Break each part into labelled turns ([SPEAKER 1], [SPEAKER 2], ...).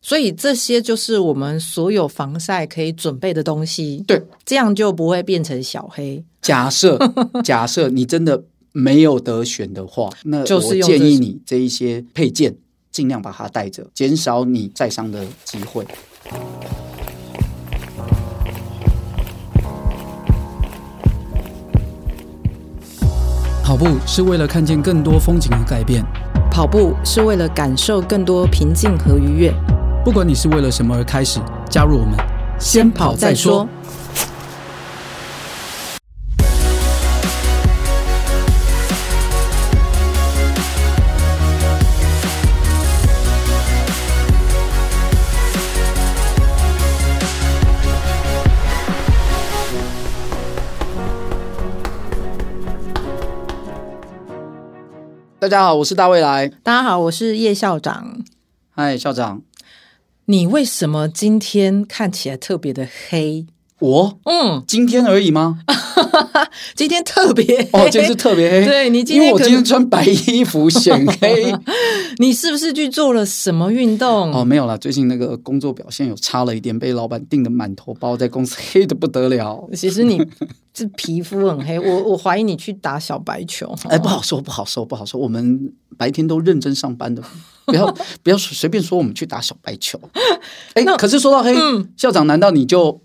[SPEAKER 1] 所以这些就是我们所有防晒可以准备的东西。
[SPEAKER 2] 对，
[SPEAKER 1] 这样就不会变成小黑。
[SPEAKER 2] 假 设假设你真的没有得选的话，那
[SPEAKER 1] 就是
[SPEAKER 2] 我
[SPEAKER 1] 用这
[SPEAKER 2] 建议你这一些配件尽量把它带着，减少你晒伤的机会。跑步是为了看见更多风景和改变，
[SPEAKER 1] 跑步是为了感受更多平静和愉悦，
[SPEAKER 2] 不管你是为了什么而开始，加入我们，先跑
[SPEAKER 1] 再说。
[SPEAKER 2] 大家好，我是大未来。
[SPEAKER 1] 大家好，我是叶校长。
[SPEAKER 2] 嗨，校长，
[SPEAKER 1] 你为什么今天看起来特别的黑？
[SPEAKER 2] 我
[SPEAKER 1] 嗯，
[SPEAKER 2] 今天而已吗？
[SPEAKER 1] 今天特别黑
[SPEAKER 2] 哦，今天是特别黑。
[SPEAKER 1] 对你今
[SPEAKER 2] 因
[SPEAKER 1] 天
[SPEAKER 2] 为我
[SPEAKER 1] 可
[SPEAKER 2] 今天穿白衣服显 黑。
[SPEAKER 1] 你是不是去做了什么运动？
[SPEAKER 2] 哦，没有啦，最近那个工作表现有差了一点，被老板定的满头包，在公司黑的不 得了。
[SPEAKER 1] 其实你这皮肤很黑，我我怀疑你去打小白球。哦
[SPEAKER 2] 哎，不好说，不好说，不好说。我们白天都认真上 班的，不要不要随便说我们去打小白球。哎，可是说到黑，
[SPEAKER 1] 嗯
[SPEAKER 2] 校长，难道你就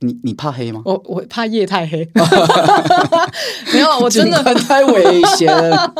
[SPEAKER 2] 你你怕黑吗？
[SPEAKER 1] 我我怕夜太 黑， 没有，我真
[SPEAKER 2] 尽
[SPEAKER 1] 的
[SPEAKER 2] 管太危 险哎了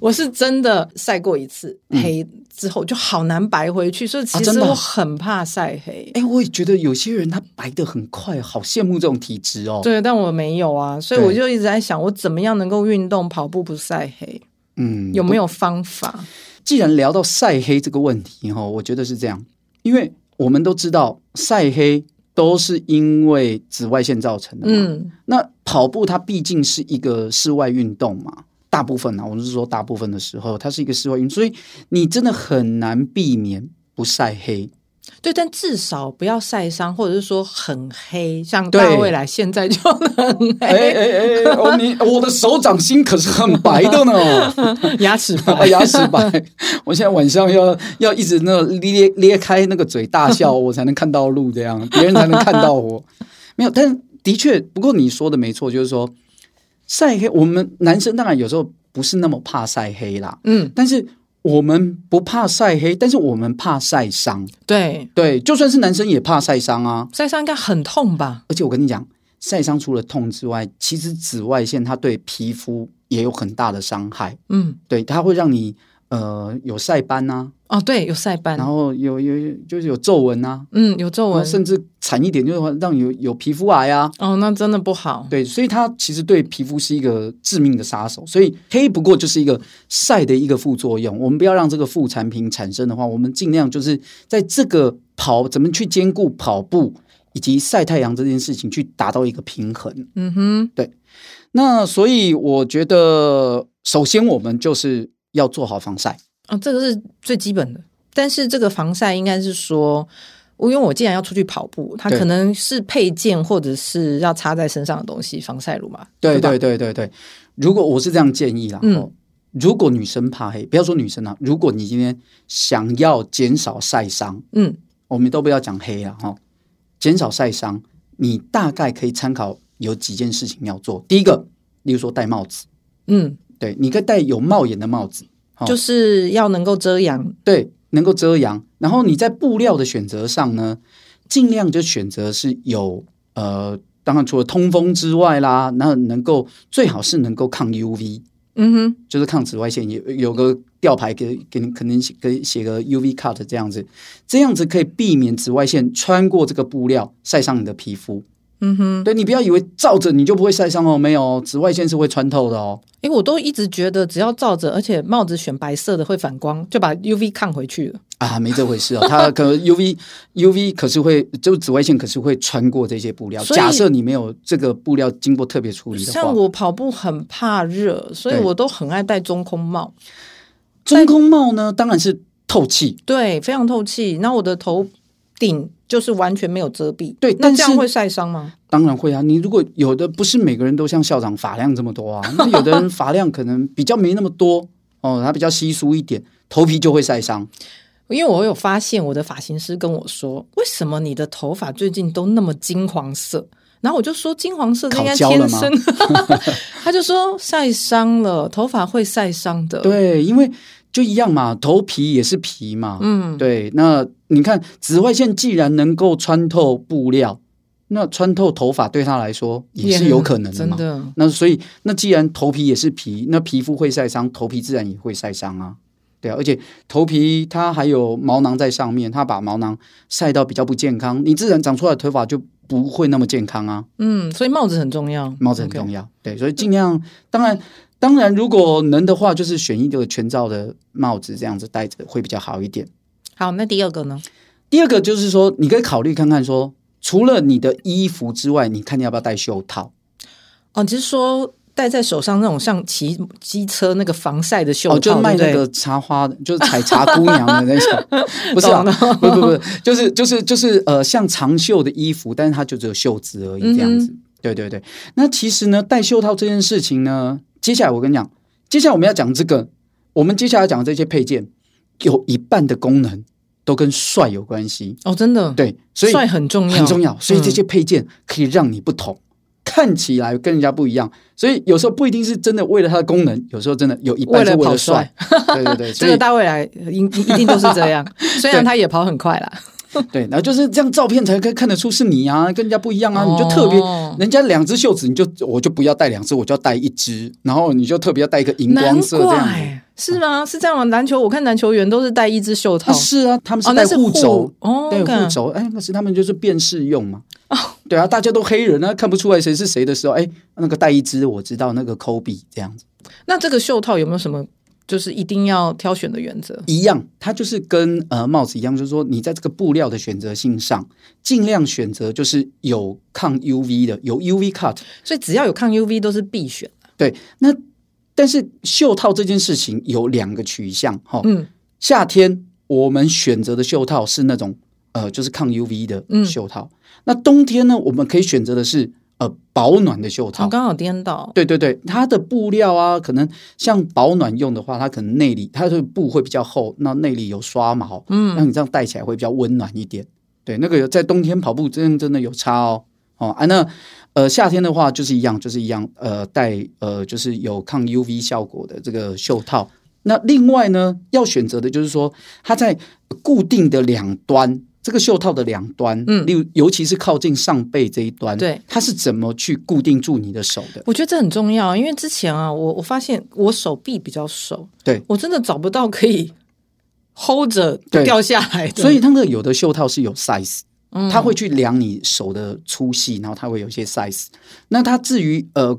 [SPEAKER 1] 我是真的晒过一次黑之后就好难白回去，所以其
[SPEAKER 2] 真
[SPEAKER 1] 实
[SPEAKER 2] 嗯的啊
[SPEAKER 1] 我很怕晒黑。
[SPEAKER 2] 哎，我也觉得有些人他白的很快，好羡慕这种体质哦。
[SPEAKER 1] 对，但我没有啊，所以
[SPEAKER 2] 对
[SPEAKER 1] 我就一直在想，我怎么样能够运动跑步不晒黑？
[SPEAKER 2] 嗯，
[SPEAKER 1] 有没有方法？
[SPEAKER 2] 既然聊到晒黑这个问题哈，我觉得是这样，因为我们都知道晒黑都是因为紫外线造成的。，
[SPEAKER 1] 嗯，
[SPEAKER 2] 那跑步它毕竟是一个室外运动嘛，大部分啊，我们是说大部分的时候，它是一个室外运动，所以你真的很难避免不晒黑。
[SPEAKER 1] 对，但至少不要晒伤，或者是说很黑，像
[SPEAKER 2] 对
[SPEAKER 1] 大未来现在就很
[SPEAKER 2] 哎哎
[SPEAKER 1] 黑，
[SPEAKER 2] 哎，哦，你我的手掌心可是很白的呢，
[SPEAKER 1] 牙齿
[SPEAKER 2] 啊
[SPEAKER 1] 白。
[SPEAKER 2] 牙齿白。我现在晚上要要一直那咧咧开那个嘴大笑，我才能看到路，这样别人才能看到我。没有，但的确，不过你说的没错，就是说晒黑，我们男生当然有时候不是那么怕晒黑啦，
[SPEAKER 1] 嗯，
[SPEAKER 2] 但是我们不怕晒黑，但是我们怕晒伤。
[SPEAKER 1] 对，
[SPEAKER 2] 对，就算是男生也怕晒伤啊。
[SPEAKER 1] 晒伤应该很痛吧？
[SPEAKER 2] 而且我跟你讲，晒伤除了痛之外，其实紫外线它对皮肤也有很大的伤害。
[SPEAKER 1] 嗯，
[SPEAKER 2] 对，它会让你呃有晒斑啊，
[SPEAKER 1] 哦，对，有晒斑
[SPEAKER 2] 然，后有有有就是有皱纹啊，
[SPEAKER 1] 嗯，有皱
[SPEAKER 2] 然后
[SPEAKER 1] 纹，
[SPEAKER 2] 甚至惨一点就是会让你有有皮肤癌啊。
[SPEAKER 1] 哦，那真的不好。
[SPEAKER 2] 对，所以它其实对皮肤是一个致命的杀手。所以黑不过就是一个晒的一个副作用。我们不要让这个副产品产生的话，我们尽量就是在这个跑怎么去兼顾跑步以及晒太阳这件事情去达到一个平衡。
[SPEAKER 1] 嗯哼，
[SPEAKER 2] 那所以我觉得，首先我们就是要做好防晒。
[SPEAKER 1] 哦，这个是最基本的。但是这个防晒应该是说，我因为我既然要出去跑步，它
[SPEAKER 2] 对
[SPEAKER 1] 可能是配件或者是要擦在身上的东西，防晒乳嘛。
[SPEAKER 2] 对
[SPEAKER 1] 吧
[SPEAKER 2] 对对对对，如果我是这样建议啦，
[SPEAKER 1] 嗯
[SPEAKER 2] 哦如果女生怕黑，不要说女生啦、如果你今天想要减少晒伤，
[SPEAKER 1] 嗯，
[SPEAKER 2] 我们都不要讲黑了哈、减少晒伤，你大概可以参考有几件事情要做。第一个，例如说戴帽子，
[SPEAKER 1] 嗯，
[SPEAKER 2] 对，你可以戴有帽檐的帽子，哦
[SPEAKER 1] 就是要能够遮阳。
[SPEAKER 2] 对，能够遮阳。然后你在布料的选择上呢，尽量就选择是有呃，当然除了通风之外啦，那能够最好是能够抗 UV，
[SPEAKER 1] 嗯哼，
[SPEAKER 2] 就是抗紫外线，有有个吊牌给给你，可能写给写个 UV cut 这样子，这样子可以避免紫外线穿过这个布料晒伤你的皮肤。
[SPEAKER 1] 嗯哼，
[SPEAKER 2] 对你不要以为照着你就不会晒伤哦，没有哦，紫外线是会穿透的哦。
[SPEAKER 1] 诶，我都一直觉得只要照着，而且帽子选白色的会反光，就把 UV 抗回去了。
[SPEAKER 2] 啊，没这回事哦，它可 UV UV 可是会，就紫外线可是会穿过这些布料。
[SPEAKER 1] 所以
[SPEAKER 2] 假设你没有这个布料经过特别处理的
[SPEAKER 1] 像
[SPEAKER 2] 话，
[SPEAKER 1] 我跑步很怕热，所以
[SPEAKER 2] 对
[SPEAKER 1] 我都很爱戴中空帽。
[SPEAKER 2] 真空帽呢当然是透气，
[SPEAKER 1] 对，非常透气。那我的头顶就是完全没有遮蔽，
[SPEAKER 2] 对
[SPEAKER 1] 那
[SPEAKER 2] 但
[SPEAKER 1] 这样
[SPEAKER 2] 是
[SPEAKER 1] 会晒伤吗？
[SPEAKER 2] 当然会啊。你如果有的不是每个人都像校长发量这么多 啊，那有的人发量可能比较没那么多哦，它比较稀疏一点，头皮就会晒伤。
[SPEAKER 1] 因为我有发现我的发型师跟我说，为什么你的头发最近都那么金黄色？然后我就说金黄色这应该
[SPEAKER 2] 烤焦了
[SPEAKER 1] 天
[SPEAKER 2] 吗
[SPEAKER 1] 生， 他就说晒伤了，头发会晒伤的。
[SPEAKER 2] 对，啊因为就一样嘛，头皮也是皮嘛。
[SPEAKER 1] 嗯，
[SPEAKER 2] 对，那你看紫外线既然能够穿透布料，那穿透头发对他来说也是有可能的
[SPEAKER 1] 真
[SPEAKER 2] 嘛。
[SPEAKER 1] 的。
[SPEAKER 2] 那所以，那既然头皮也是皮，那皮肤会晒伤，头皮自然也会晒伤啊。对啊，而且头皮它还有毛囊在上面，它把毛囊晒到比较不健康，你自然长出来的头发就不会那么健康啊。
[SPEAKER 1] 嗯，所以帽子很重要，
[SPEAKER 2] 帽子很
[SPEAKER 1] OK
[SPEAKER 2] 重要对，所以尽量，当然，当然，如果能的话，就是选一个全罩的帽子，这样子戴着会比较好一点。
[SPEAKER 1] 好，那第二个呢？
[SPEAKER 2] 第二个就是说，你可以考虑看看说，除了你的衣服之外，你看你要不要戴袖套？
[SPEAKER 1] 哦，你是说戴在手上那种像骑机车那个防晒的袖套，
[SPEAKER 2] 哦，就卖
[SPEAKER 1] 对
[SPEAKER 2] 那
[SPEAKER 1] 不对
[SPEAKER 2] 个茶花的，就是采茶姑娘的那 种，不是
[SPEAKER 1] 懂
[SPEAKER 2] 啊
[SPEAKER 1] 了，
[SPEAKER 2] 不不不，就是就是就是呃，像长袖的衣服，但是它就只有袖子而已这
[SPEAKER 1] 嗯
[SPEAKER 2] 样子。对对对，那其实呢，戴袖套这件事情呢，接下来我跟你讲，接下来我们要讲这个，我们接下来讲的这些配件，有一半的功能都跟帅有关系。
[SPEAKER 1] 哦，真的，，
[SPEAKER 2] 对，所以
[SPEAKER 1] 帅很重要，
[SPEAKER 2] 很重要。所以
[SPEAKER 1] 嗯
[SPEAKER 2] 这些配件可以让你不同，看起来跟人家不一样。所以有时候不一定是真的为了它的功能，有时候真的有一
[SPEAKER 1] 为
[SPEAKER 2] 半
[SPEAKER 1] 了
[SPEAKER 2] 是为
[SPEAKER 1] 跑
[SPEAKER 2] 了帅。对对对，
[SPEAKER 1] 嗯这
[SPEAKER 2] 所
[SPEAKER 1] 个
[SPEAKER 2] 以
[SPEAKER 1] 大未来一一定都是这 样，虽然他也跑很快啦，
[SPEAKER 2] 对，然后就是这样照片才可以看得出是你啊，跟人家不一样啊，你就特别。
[SPEAKER 1] 哦
[SPEAKER 2] 人家两只袖子，你就我就不要带两只，我就要带一只，然后你就特别要带一个荧光
[SPEAKER 1] 难
[SPEAKER 2] 色这样子。
[SPEAKER 1] 怪是吗？是这样吗？篮球我看篮球员都是戴一只袖套
[SPEAKER 2] 啊，，是啊，他们
[SPEAKER 1] 哦，
[SPEAKER 2] 是
[SPEAKER 1] 那
[SPEAKER 2] 带
[SPEAKER 1] 是
[SPEAKER 2] 护肘，
[SPEAKER 1] 哦，
[SPEAKER 2] 对护
[SPEAKER 1] 看
[SPEAKER 2] 肘，哎，那是他们就是辨识用嘛。
[SPEAKER 1] 哦
[SPEAKER 2] 对啊，大家都黑人啊，看不出来谁是谁的时候，哎，那个带一只，我知道那个 Kobe 这样子。
[SPEAKER 1] 那这个袖套有没有什么就是一定要挑选的原则？
[SPEAKER 2] 一样，它就是跟呃帽子一样，就是说你在这个布料的选择性上，尽量选择就是有抗 UV 的，有 UV cut。
[SPEAKER 1] 所以只要有抗 UV 都是必选，
[SPEAKER 2] 对，那但是袖套这件事情有两个取向哈、
[SPEAKER 1] 嗯，
[SPEAKER 2] 夏天我们选择的袖套是那种呃就是抗 UV 的
[SPEAKER 1] 嗯
[SPEAKER 2] 袖套，那冬天呢，我们可以选择的是呃保暖的袖
[SPEAKER 1] 我
[SPEAKER 2] 套。
[SPEAKER 1] 刚好颠倒，
[SPEAKER 2] 对对对，它的布料啊，可能像保暖用的话，它可能内里它的布会比较厚，那内里有刷毛，
[SPEAKER 1] 嗯
[SPEAKER 2] 让你这样戴起来会比较温暖一点。对，那个有在冬天跑步真的真的有差哦。哦啊，那呃夏天的话就是一样，就是一样，呃戴呃就是有抗 UV 效果的这个袖套。那另外呢，要选择的就是说，它在固定的两端，这个袖套的两端，
[SPEAKER 1] 嗯
[SPEAKER 2] 例如尤其是靠近上背这一端，
[SPEAKER 1] 对，
[SPEAKER 2] 它是怎么去固定住你的手的？
[SPEAKER 1] 我觉得这很重要，因为之前啊，我我发现我手臂比较瘦，
[SPEAKER 2] 对
[SPEAKER 1] 我真的找不到可以 hold 着不
[SPEAKER 2] 对
[SPEAKER 1] 掉下来的，
[SPEAKER 2] 所以那个有的袖套是有 size，
[SPEAKER 1] 嗯
[SPEAKER 2] 它会去量你手的粗细，然后它会有一些 size。那它至于呃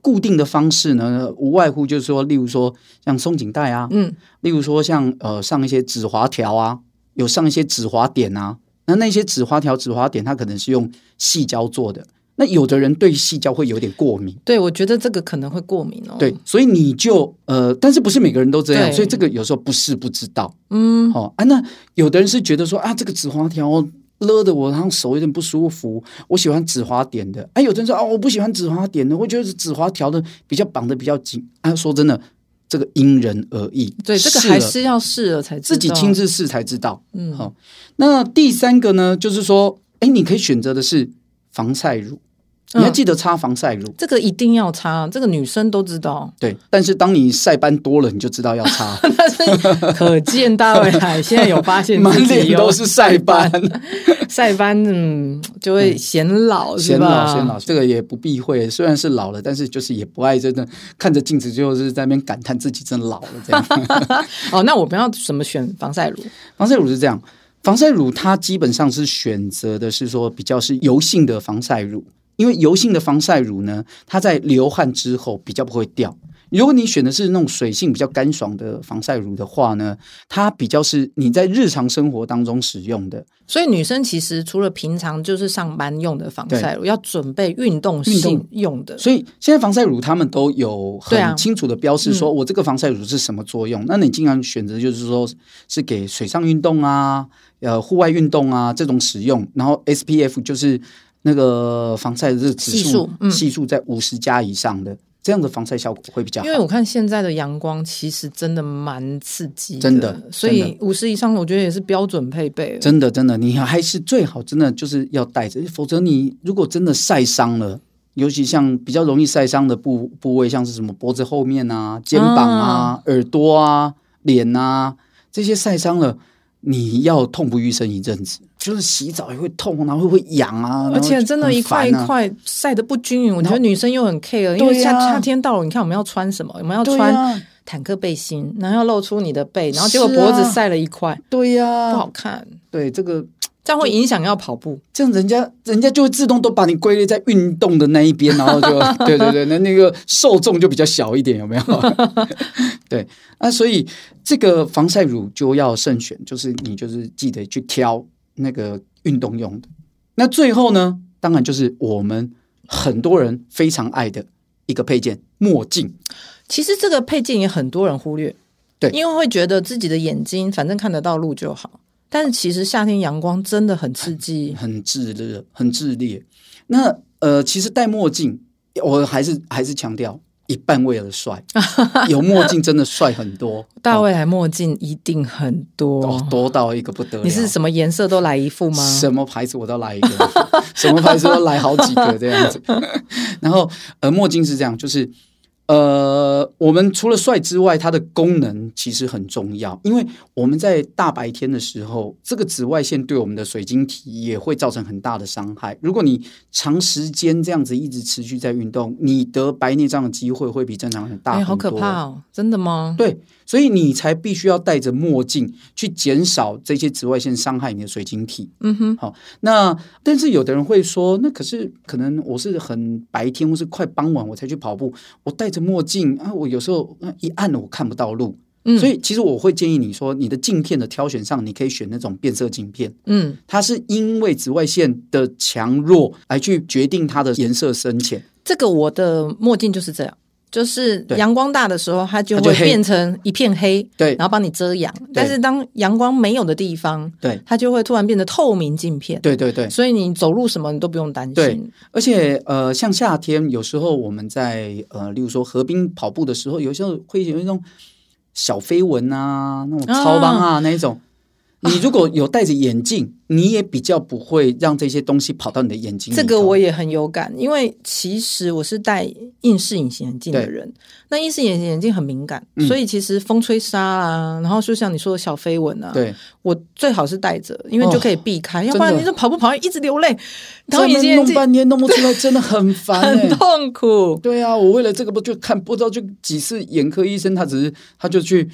[SPEAKER 2] 固定的方式呢，无外乎就是说，例如说像松紧带啊，
[SPEAKER 1] 嗯，
[SPEAKER 2] 例如说像呃上一些止滑条啊，有上一些止滑点啊。那那些止滑条、止滑点，它可能是用细胶做的。那有的人对细胶会有点过敏，
[SPEAKER 1] 对，我觉得这个可能会过敏哦，
[SPEAKER 2] 对，，所以你就呃，但是不是每个人都这样，
[SPEAKER 1] 对
[SPEAKER 2] 所以这个有时候不是不知道。
[SPEAKER 1] 嗯，
[SPEAKER 2] 哦啊，那有的人是觉得说啊，这个紫滑条哦勒的我，然后手有点不舒服，我喜欢紫滑点的。啊，有的人说啊，我不喜欢紫滑点的，我觉得是紫滑条的比较绑的比较紧。啊，说真的，这个因人而异，
[SPEAKER 1] 对，这个
[SPEAKER 2] 试
[SPEAKER 1] 还
[SPEAKER 2] 了
[SPEAKER 1] 是要试了才知道
[SPEAKER 2] 自己亲，自试才知道。
[SPEAKER 1] 嗯，
[SPEAKER 2] 好那第三个呢，就是说，哎，你可以选择的是防晒乳，你要
[SPEAKER 1] 嗯
[SPEAKER 2] 记得擦防晒乳。
[SPEAKER 1] 这个一定要擦，这个女生都知道，
[SPEAKER 2] 对，但是当你晒斑多了，你就知道要擦，
[SPEAKER 1] 但是可见大卫海现在有发现自
[SPEAKER 2] 满
[SPEAKER 1] 己哦
[SPEAKER 2] 脸
[SPEAKER 1] 有
[SPEAKER 2] 都是晒斑。
[SPEAKER 1] 晒斑，嗯，就会显老，是
[SPEAKER 2] 显
[SPEAKER 1] 吧
[SPEAKER 2] 老显哦老，这个也不避讳。虽然是老了，但是就是也不爱真的看着镜子，就是在那边感叹自己真老了这 样。
[SPEAKER 1] 哦，那我们要怎么选防晒乳？
[SPEAKER 2] 防晒乳是这样，防晒乳它基本上是选择的是说比较是油性的防晒乳，因为油性的防晒乳呢，它在流汗之后比较不会掉。如果你选的是那种水性比较干爽的防晒乳的话呢，它比较是你在日常生活当中使用的
[SPEAKER 1] 所以女生其实除了平常就是上班用的防晒乳，要准备运动性用的。
[SPEAKER 2] 所以现在防晒乳他们都有
[SPEAKER 1] 对啊
[SPEAKER 2] 很清楚的标示，说我这个防晒乳是什么作用。那你尽量选择就是说是给水上运动啊、呃户外运动啊这种使用，然后 SPF 就是那个防晒的这个指
[SPEAKER 1] 系数
[SPEAKER 2] 数
[SPEAKER 1] 嗯
[SPEAKER 2] 系数在五十加以上的。这样的防晒效果会比较好
[SPEAKER 1] 因。为我看现在的阳光其实真的蛮刺激的，
[SPEAKER 2] 真的
[SPEAKER 1] 所以五十以上我觉得也是标准配备了。
[SPEAKER 2] 真的，真的，你还是最好真的就是要带着，否则你如果真的晒伤了，尤其像比较容易晒伤的部部位，像是什么脖子后面啊、肩膀啊、
[SPEAKER 1] 嗯
[SPEAKER 2] 耳朵啊、脸啊这些晒伤了，你要痛不欲生一阵子，就是洗澡也会痛，然后会痒啊，
[SPEAKER 1] 而且真的，一块一
[SPEAKER 2] 然后就很烦啊
[SPEAKER 1] 块晒的不均匀，我觉得
[SPEAKER 2] 然后
[SPEAKER 1] 女生又很 care，因
[SPEAKER 2] 对
[SPEAKER 1] 为
[SPEAKER 2] 呀
[SPEAKER 1] 夏夏天到了，你看我们要穿什么？我们要
[SPEAKER 2] 对
[SPEAKER 1] 穿
[SPEAKER 2] 呀，
[SPEAKER 1] 坦克背心，然后要露出你的背，然后结
[SPEAKER 2] 是啊啊
[SPEAKER 1] 果脖子晒了一块，
[SPEAKER 2] 对呀、
[SPEAKER 1] 不好看，
[SPEAKER 2] 对这个
[SPEAKER 1] 这样会影响要跑步。
[SPEAKER 2] 这样人家人家就会自动都把你归类在运动的那一边，然后就对对对，那那个受众就比较小一点，有没有？对，那所以这个防晒乳就要慎选，就是你就是记得去挑那个运动用的。那最后呢，当然就是我们很多人非常爱的一个配件——墨镜。
[SPEAKER 1] 其实这个配件也很多人忽略，
[SPEAKER 2] 对
[SPEAKER 1] 因为会觉得自己的眼睛反正看得到路就好。但是其实夏天阳光真的很刺激，
[SPEAKER 2] 很炙热，很炽烈。那呃，其实戴墨镜，我还是还是强调，一半为了 帅，有墨镜真的帅很多，
[SPEAKER 1] 大未来墨镜一定很多。
[SPEAKER 2] 哦，多到一个不得了。
[SPEAKER 1] 你是什么颜色都来一副吗？
[SPEAKER 2] 什么牌子我都来一个， 什么牌子都来好几个这样子。 然后呃，墨镜是这样，就是呃，我们除了帅之外，它的功能其实很重要，因为我们在大白天的时候，这个紫外线对我们的水晶体也会造成很大的伤害。如果你长时间这样子一直持续在运动，你得白内障的机会会比正常人大
[SPEAKER 1] 哎，
[SPEAKER 2] 很多。
[SPEAKER 1] 好可怕哦！真的吗？
[SPEAKER 2] 对，所以你才必须要戴着墨镜去减少这些紫外线伤害你的水晶体。
[SPEAKER 1] 嗯哼，
[SPEAKER 2] 那但是有的人会说，那可是可能我是很白天或是快傍晚我才去跑步，我戴着墨镜啊，我有时候啊一暗了我看不到路，
[SPEAKER 1] 嗯
[SPEAKER 2] 所以其实我会建议你说，你的镜片的挑选上，你可以选那种变色镜片，
[SPEAKER 1] 嗯，
[SPEAKER 2] 它是因为紫外线的强弱来去决定它的颜色深浅。
[SPEAKER 1] 这个我的墨镜就是这样，就是
[SPEAKER 2] 对
[SPEAKER 1] 阳光大的时候，它就
[SPEAKER 2] 它就
[SPEAKER 1] 会
[SPEAKER 2] 黑
[SPEAKER 1] 变成一片黑，
[SPEAKER 2] 对
[SPEAKER 1] 然后帮你遮阳。但是当阳光没有的地方，
[SPEAKER 2] 对
[SPEAKER 1] 它就会突然变得透明镜片。
[SPEAKER 2] 对对对，
[SPEAKER 1] 所以你走路什么你都不用担
[SPEAKER 2] 对
[SPEAKER 1] 心。
[SPEAKER 2] 而且呃，像夏天有时候我们在呃，例如说河滨跑步的时候，有时候会有一种小飞蚊啊，那种超帮啊那一
[SPEAKER 1] 哦
[SPEAKER 2] 种。你如果有戴着眼镜，你也比较不会让这些东西跑到你的眼睛里头。
[SPEAKER 1] 这个我也很有感，因为其实我是戴硬式隐形眼镜的
[SPEAKER 2] 对嗯
[SPEAKER 1] 人，那硬式隐形眼镜很敏感，所以其实风吹沙啊，然后就像你说的小飞蚊啊，
[SPEAKER 2] 对，哦
[SPEAKER 1] 我最好是戴着，因为就可以避开，要不然
[SPEAKER 2] 真
[SPEAKER 1] 你
[SPEAKER 2] 的
[SPEAKER 1] 这跑步跑一直流泪，然后
[SPEAKER 2] 这
[SPEAKER 1] 隐
[SPEAKER 2] 么
[SPEAKER 1] 形眼
[SPEAKER 2] 弄
[SPEAKER 1] 镜
[SPEAKER 2] 半天弄不出来，真的很 烦、
[SPEAKER 1] 很
[SPEAKER 2] 欸。
[SPEAKER 1] 痛苦。
[SPEAKER 2] 对啊，我为了这个不就看不知道就几次眼科医生，他只是他就去。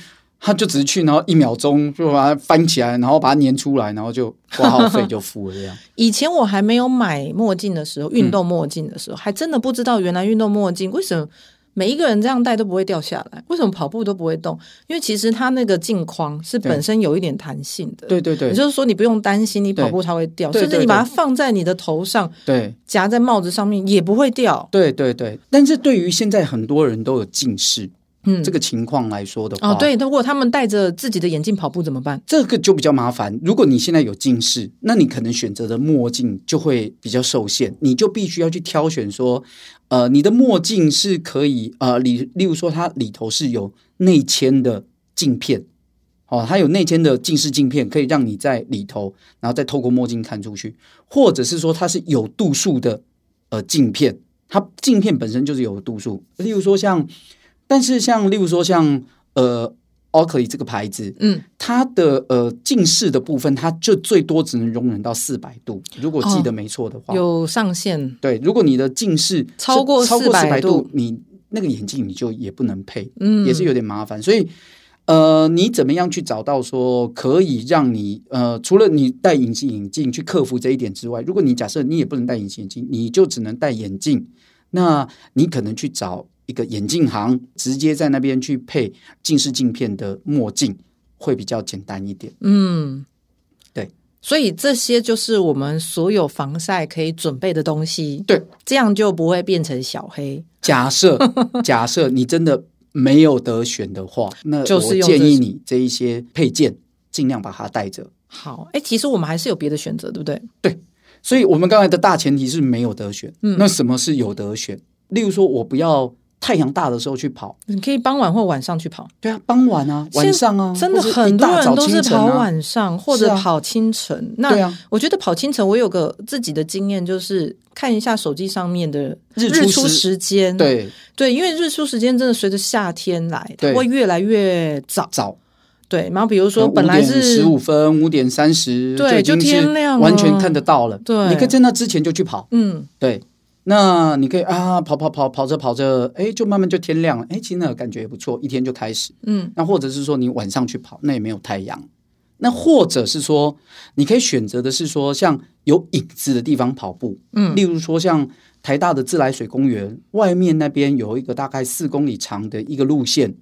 [SPEAKER 2] 他就只是去，然后一秒钟就把它翻起来，然后把它粘出来，然后就挂号费就付了这 样。
[SPEAKER 1] 以前我还没有买墨镜的时候，运动墨镜的时候，还真的不知道原来运动墨镜为什么每一个人这样戴都不会掉下来，为什么跑步都不会动？因为其实它那个镜框是
[SPEAKER 2] 对
[SPEAKER 1] 本身有一点弹性的，
[SPEAKER 2] 对对对
[SPEAKER 1] 也，就是说你不用担心你跑步它会掉，
[SPEAKER 2] 对
[SPEAKER 1] 甚至
[SPEAKER 2] 对
[SPEAKER 1] 你
[SPEAKER 2] 对
[SPEAKER 1] 把它放在你的头上，
[SPEAKER 2] 对，
[SPEAKER 1] 夹在帽子上面也不会掉。
[SPEAKER 2] 对对对，但是对于现在很多人都有近视、
[SPEAKER 1] 嗯
[SPEAKER 2] 这，个情况来说的话，
[SPEAKER 1] 哦，，对，如果他们戴着自己的眼镜跑步怎么办？
[SPEAKER 2] 这个就比较麻烦。如果你现在有近视，那你可能选择的墨镜就会比较受限，你就必须要去挑选说，呃，你的墨镜是可以，呃，里例如说它里头是有内嵌的镜片。哦，它有内嵌的近视镜片，可以让你在里头，然后再透过墨镜看出去，或者是说它是有度数的呃镜片，它镜片本身就是有度数。例如说像，但是像例如说像呃 Oakley 这个牌子，
[SPEAKER 1] 嗯，
[SPEAKER 2] 它的呃近视的部分，它就最多只能容忍到四百度，如果记得没错的话。
[SPEAKER 1] 哦有上限，
[SPEAKER 2] 对，如果你的近视
[SPEAKER 1] 超过
[SPEAKER 2] 是超过
[SPEAKER 1] 400
[SPEAKER 2] 百
[SPEAKER 1] 度
[SPEAKER 2] 你那个眼镜你就也不能配，
[SPEAKER 1] 嗯，
[SPEAKER 2] 也是有点麻烦。所以，呃，你怎么样去找到说可以让你呃，除了你戴隐形眼镜去克服这一点之外，如果你假设你也不能戴隐形眼镜，你就只能戴眼镜，那你可能去找一个眼镜行，直接在那边去配近视镜片的墨镜，会比较简单一点。
[SPEAKER 1] 嗯，
[SPEAKER 2] 对，
[SPEAKER 1] 所以这些就是我们所有防晒可以准备的东西。
[SPEAKER 2] 对，
[SPEAKER 1] 这样就不会变成小黑。
[SPEAKER 2] 假 设假设你真的没有得选的话，那
[SPEAKER 1] 就
[SPEAKER 2] 我
[SPEAKER 1] 是用
[SPEAKER 2] 建
[SPEAKER 1] 这
[SPEAKER 2] 议
[SPEAKER 1] 些
[SPEAKER 2] 你这一些配件尽量把它带着。
[SPEAKER 1] 好，哎，其实我们还是有别的选择，对不对？嗯
[SPEAKER 2] 所以我们刚才的大前提是没有得选，那什么是有得选？例如说，我不要太阳大的时候去跑。
[SPEAKER 1] 你可以傍晚或晚上去跑，
[SPEAKER 2] 对啊，傍晚啊，晚上啊，
[SPEAKER 1] 真的
[SPEAKER 2] 或是一
[SPEAKER 1] 很多
[SPEAKER 2] 大
[SPEAKER 1] 人
[SPEAKER 2] 早
[SPEAKER 1] 都是
[SPEAKER 2] 清晨
[SPEAKER 1] 跑
[SPEAKER 2] 啊
[SPEAKER 1] 晚上或者
[SPEAKER 2] 是啊
[SPEAKER 1] 跑清晨。
[SPEAKER 2] 对
[SPEAKER 1] 那
[SPEAKER 2] 啊
[SPEAKER 1] 我觉得跑清晨，我有个自己的经验，就是看一下手机上面的
[SPEAKER 2] 日出
[SPEAKER 1] 日出
[SPEAKER 2] 时
[SPEAKER 1] 时间。
[SPEAKER 2] 对
[SPEAKER 1] 对，因为日出时间真的随着夏天来，它
[SPEAKER 2] 对
[SPEAKER 1] 会越来越早。
[SPEAKER 2] 早，
[SPEAKER 1] 对，然后比如说本来是
[SPEAKER 2] 十五分、五点三十，
[SPEAKER 1] 对
[SPEAKER 2] 就已
[SPEAKER 1] 就
[SPEAKER 2] 经
[SPEAKER 1] 天
[SPEAKER 2] 是
[SPEAKER 1] 亮
[SPEAKER 2] 完全
[SPEAKER 1] 了
[SPEAKER 2] 看得到了。
[SPEAKER 1] 对
[SPEAKER 2] 你可以在那之前就去跑。
[SPEAKER 1] 嗯，
[SPEAKER 2] 对，那你可以啊，跑跑跑跑着跑着，哎，就慢慢就天亮了。哎，其实那个感觉也不错，一天就开始。
[SPEAKER 1] 嗯，
[SPEAKER 2] 那或者是说你晚上去跑，那也没有太阳。那或者是说，你可以选择的是说，像有影子的地方跑步，
[SPEAKER 1] 嗯
[SPEAKER 2] 例如说像台大的自来水公园外面那边有一个大概四公里长的一个路线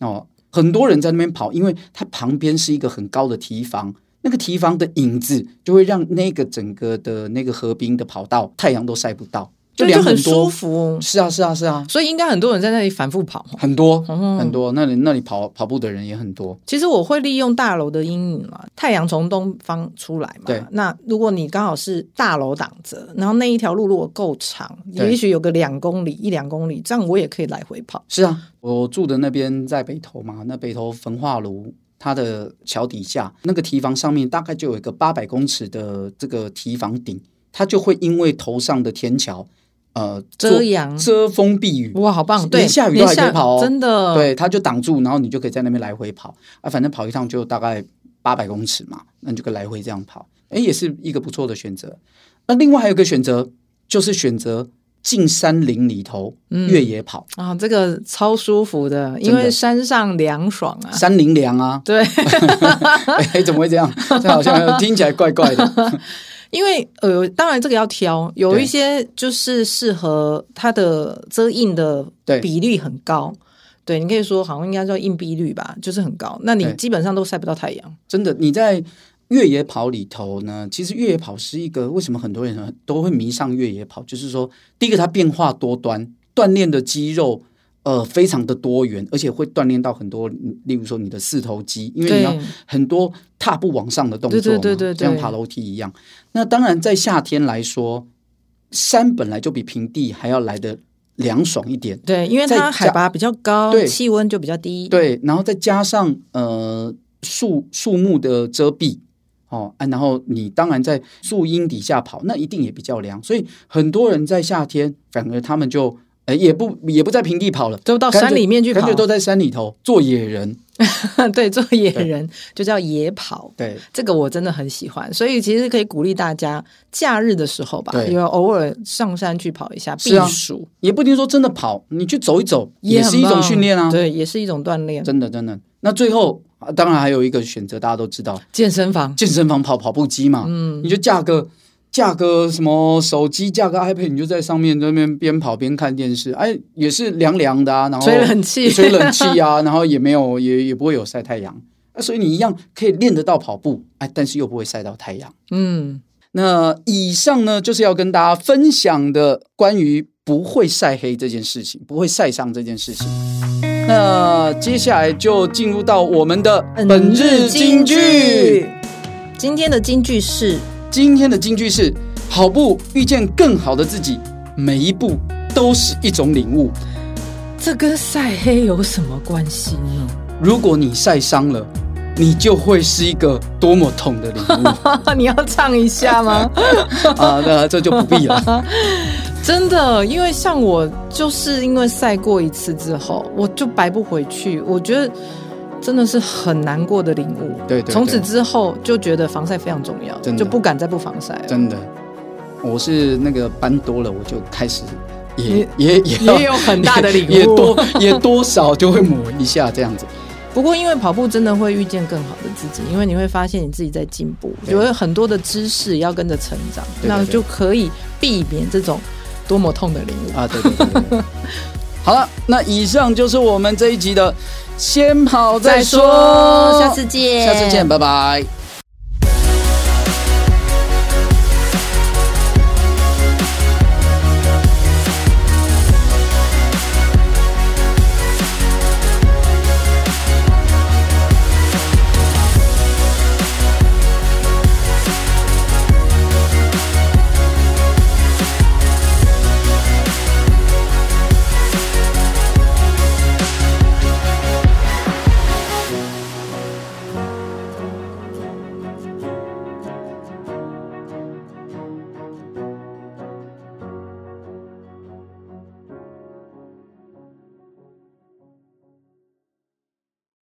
[SPEAKER 2] 哦，很多人在那边跑，因为它旁边是一个很高的堤防，那个堤防的影子就会让那个整个的那个河滨的跑道太阳都晒不到，
[SPEAKER 1] 对
[SPEAKER 2] 凉
[SPEAKER 1] 就很
[SPEAKER 2] 多。
[SPEAKER 1] 舒服。
[SPEAKER 2] 是啊，是啊，是啊，
[SPEAKER 1] 所以应该很多人在那里反复跑。
[SPEAKER 2] 很多、
[SPEAKER 1] 哦
[SPEAKER 2] 很多。那里那里跑跑步的人也很多，
[SPEAKER 1] 其实我会利用大楼的阴影嘛，太阳从东方出来嘛。
[SPEAKER 2] 对
[SPEAKER 1] 那如果你刚好是大楼挡着，然后那一条路如果够长，
[SPEAKER 2] 对
[SPEAKER 1] 也许有个两公里、一两公里，这样我也可以来回跑。
[SPEAKER 2] 是啊，我住的那边在北投嘛，那北投焚化炉它的桥底下那个堤防上面大概就有一个八百公尺的这个堤防顶，它就会因为头上的天桥，呃，
[SPEAKER 1] 遮
[SPEAKER 2] 做
[SPEAKER 1] 阳
[SPEAKER 2] 遮风避雨。
[SPEAKER 1] 哇，好棒！
[SPEAKER 2] 连
[SPEAKER 1] 对，
[SPEAKER 2] 下雨都
[SPEAKER 1] 连
[SPEAKER 2] 还可以
[SPEAKER 1] 下
[SPEAKER 2] 跑哦
[SPEAKER 1] 真的。
[SPEAKER 2] 对，它就挡住，然后你就可以在那边来回跑啊，反正跑一趟就大概八百公尺嘛，那你就可以来回这样跑，哎，也是一个不错的选择。那另外还有一个选择就是选择进山林里头越野跑，
[SPEAKER 1] 啊，这个超舒服的，因
[SPEAKER 2] 真的
[SPEAKER 1] 为山上凉爽啊。
[SPEAKER 2] 山林凉啊，
[SPEAKER 1] 对，
[SPEAKER 2] 哎，怎么会这样？这好像听起来怪怪的。
[SPEAKER 1] 因为呃，当然这个要挑，有
[SPEAKER 2] 对
[SPEAKER 1] 一些就是适合它的遮印的
[SPEAKER 2] 对
[SPEAKER 1] 比率很高。对，你可以说好像应该叫硬币率吧，就是很高。那你
[SPEAKER 2] 对
[SPEAKER 1] 基本上都晒不到太阳。
[SPEAKER 2] 真的，你在越野跑里头呢，其实越野跑是一个为什么很多人都会迷上越野跑，就是说，第一个它变化多端，锻炼的肌肉。呃，非常的多元，而且会锻炼到很多，例如说你的四头肌，因为你要
[SPEAKER 1] 对
[SPEAKER 2] 很多踏步往上的动作嘛，
[SPEAKER 1] 对对对对对
[SPEAKER 2] 像爬楼梯一样。那当然，在夏天来说，山本来就比平地还要来的凉爽一点，
[SPEAKER 1] 对，因为
[SPEAKER 2] 在
[SPEAKER 1] 它
[SPEAKER 2] 家
[SPEAKER 1] 海拔比较高
[SPEAKER 2] 对，
[SPEAKER 1] 气温就比较低。，
[SPEAKER 2] 对，然后再加上呃树树木的遮蔽，哦、啊，然后你当然在树荫底下跑，那一定也比较凉。所以很多人在夏天，反而他们就呃也不也不在平地跑了，
[SPEAKER 1] 都到
[SPEAKER 2] 干脆
[SPEAKER 1] 山里面去
[SPEAKER 2] 干
[SPEAKER 1] 跑
[SPEAKER 2] 脆。都在山里头做野人。
[SPEAKER 1] 对，做野
[SPEAKER 2] 对
[SPEAKER 1] 人就叫野跑。
[SPEAKER 2] 对，
[SPEAKER 1] 这个我真的很喜欢，所以其实可以鼓励大家假日的时候吧，
[SPEAKER 2] 对
[SPEAKER 1] 因为偶尔上山去跑一下
[SPEAKER 2] 是
[SPEAKER 1] 避
[SPEAKER 2] 啊
[SPEAKER 1] 暑，
[SPEAKER 2] 也不一定说真的跑，你去走一走也
[SPEAKER 1] 很
[SPEAKER 2] 是一种
[SPEAKER 1] 棒
[SPEAKER 2] 训练啊，
[SPEAKER 1] 对，也是一种锻炼。
[SPEAKER 2] 真的真的。那最后、啊当然还有一个选择，大家都知道，
[SPEAKER 1] 健身房
[SPEAKER 2] 健身房跑跑步机嘛，嗯，你就架个架个什么手机，架个 iPad，你就在上面在那边边跑边看电视，哎，也是凉凉的啊，然后
[SPEAKER 1] 吹冷气
[SPEAKER 2] 吹冷气啊，然后也没有也也不会有晒太阳，啊，所以你一样可以练得到跑步，哎，但是又不会晒到太阳。
[SPEAKER 1] 嗯，
[SPEAKER 2] 那以上呢，就是要跟大家分享的关于不会晒黑这件事情，不会晒伤这件事情。那接下来就进入到我们的本日金句。。
[SPEAKER 1] 今天的金句是
[SPEAKER 2] 今天的金句是：好步遇见更好的自己，每一步都是一种领悟。
[SPEAKER 1] 这跟晒黑有什么关系 呢？
[SPEAKER 2] 如果你晒伤了，你就会是一个多么痛的领 悟
[SPEAKER 1] 你要唱一下吗？
[SPEAKER 2] 啊！那这就不必了。
[SPEAKER 1] 真的，因为像我就是因为晒过一次之后，我就白不回去，我觉得真的是很难过的领悟。
[SPEAKER 2] 对对对
[SPEAKER 1] 从此之后就觉得防晒非常重要，
[SPEAKER 2] 真的
[SPEAKER 1] 就不敢再不防晒了。
[SPEAKER 2] 真的，我是那个班多了，我就开始也
[SPEAKER 1] 也
[SPEAKER 2] 也也要
[SPEAKER 1] 也有很大的领悟
[SPEAKER 2] 也多也多少就会抹一下这样子。
[SPEAKER 1] 不过因为跑步真的会遇见更好的自己，因为你会发现你自己在进步，
[SPEAKER 2] 对
[SPEAKER 1] 有很多的知识要跟着成长，
[SPEAKER 2] 对对
[SPEAKER 1] 那
[SPEAKER 2] 对
[SPEAKER 1] 就可以避免这种多么痛的领悟。
[SPEAKER 2] 啊，对对对对 对。好了，那以上就是我们这一集的，先跑再说，
[SPEAKER 1] 下次见，
[SPEAKER 2] 下次见，拜拜。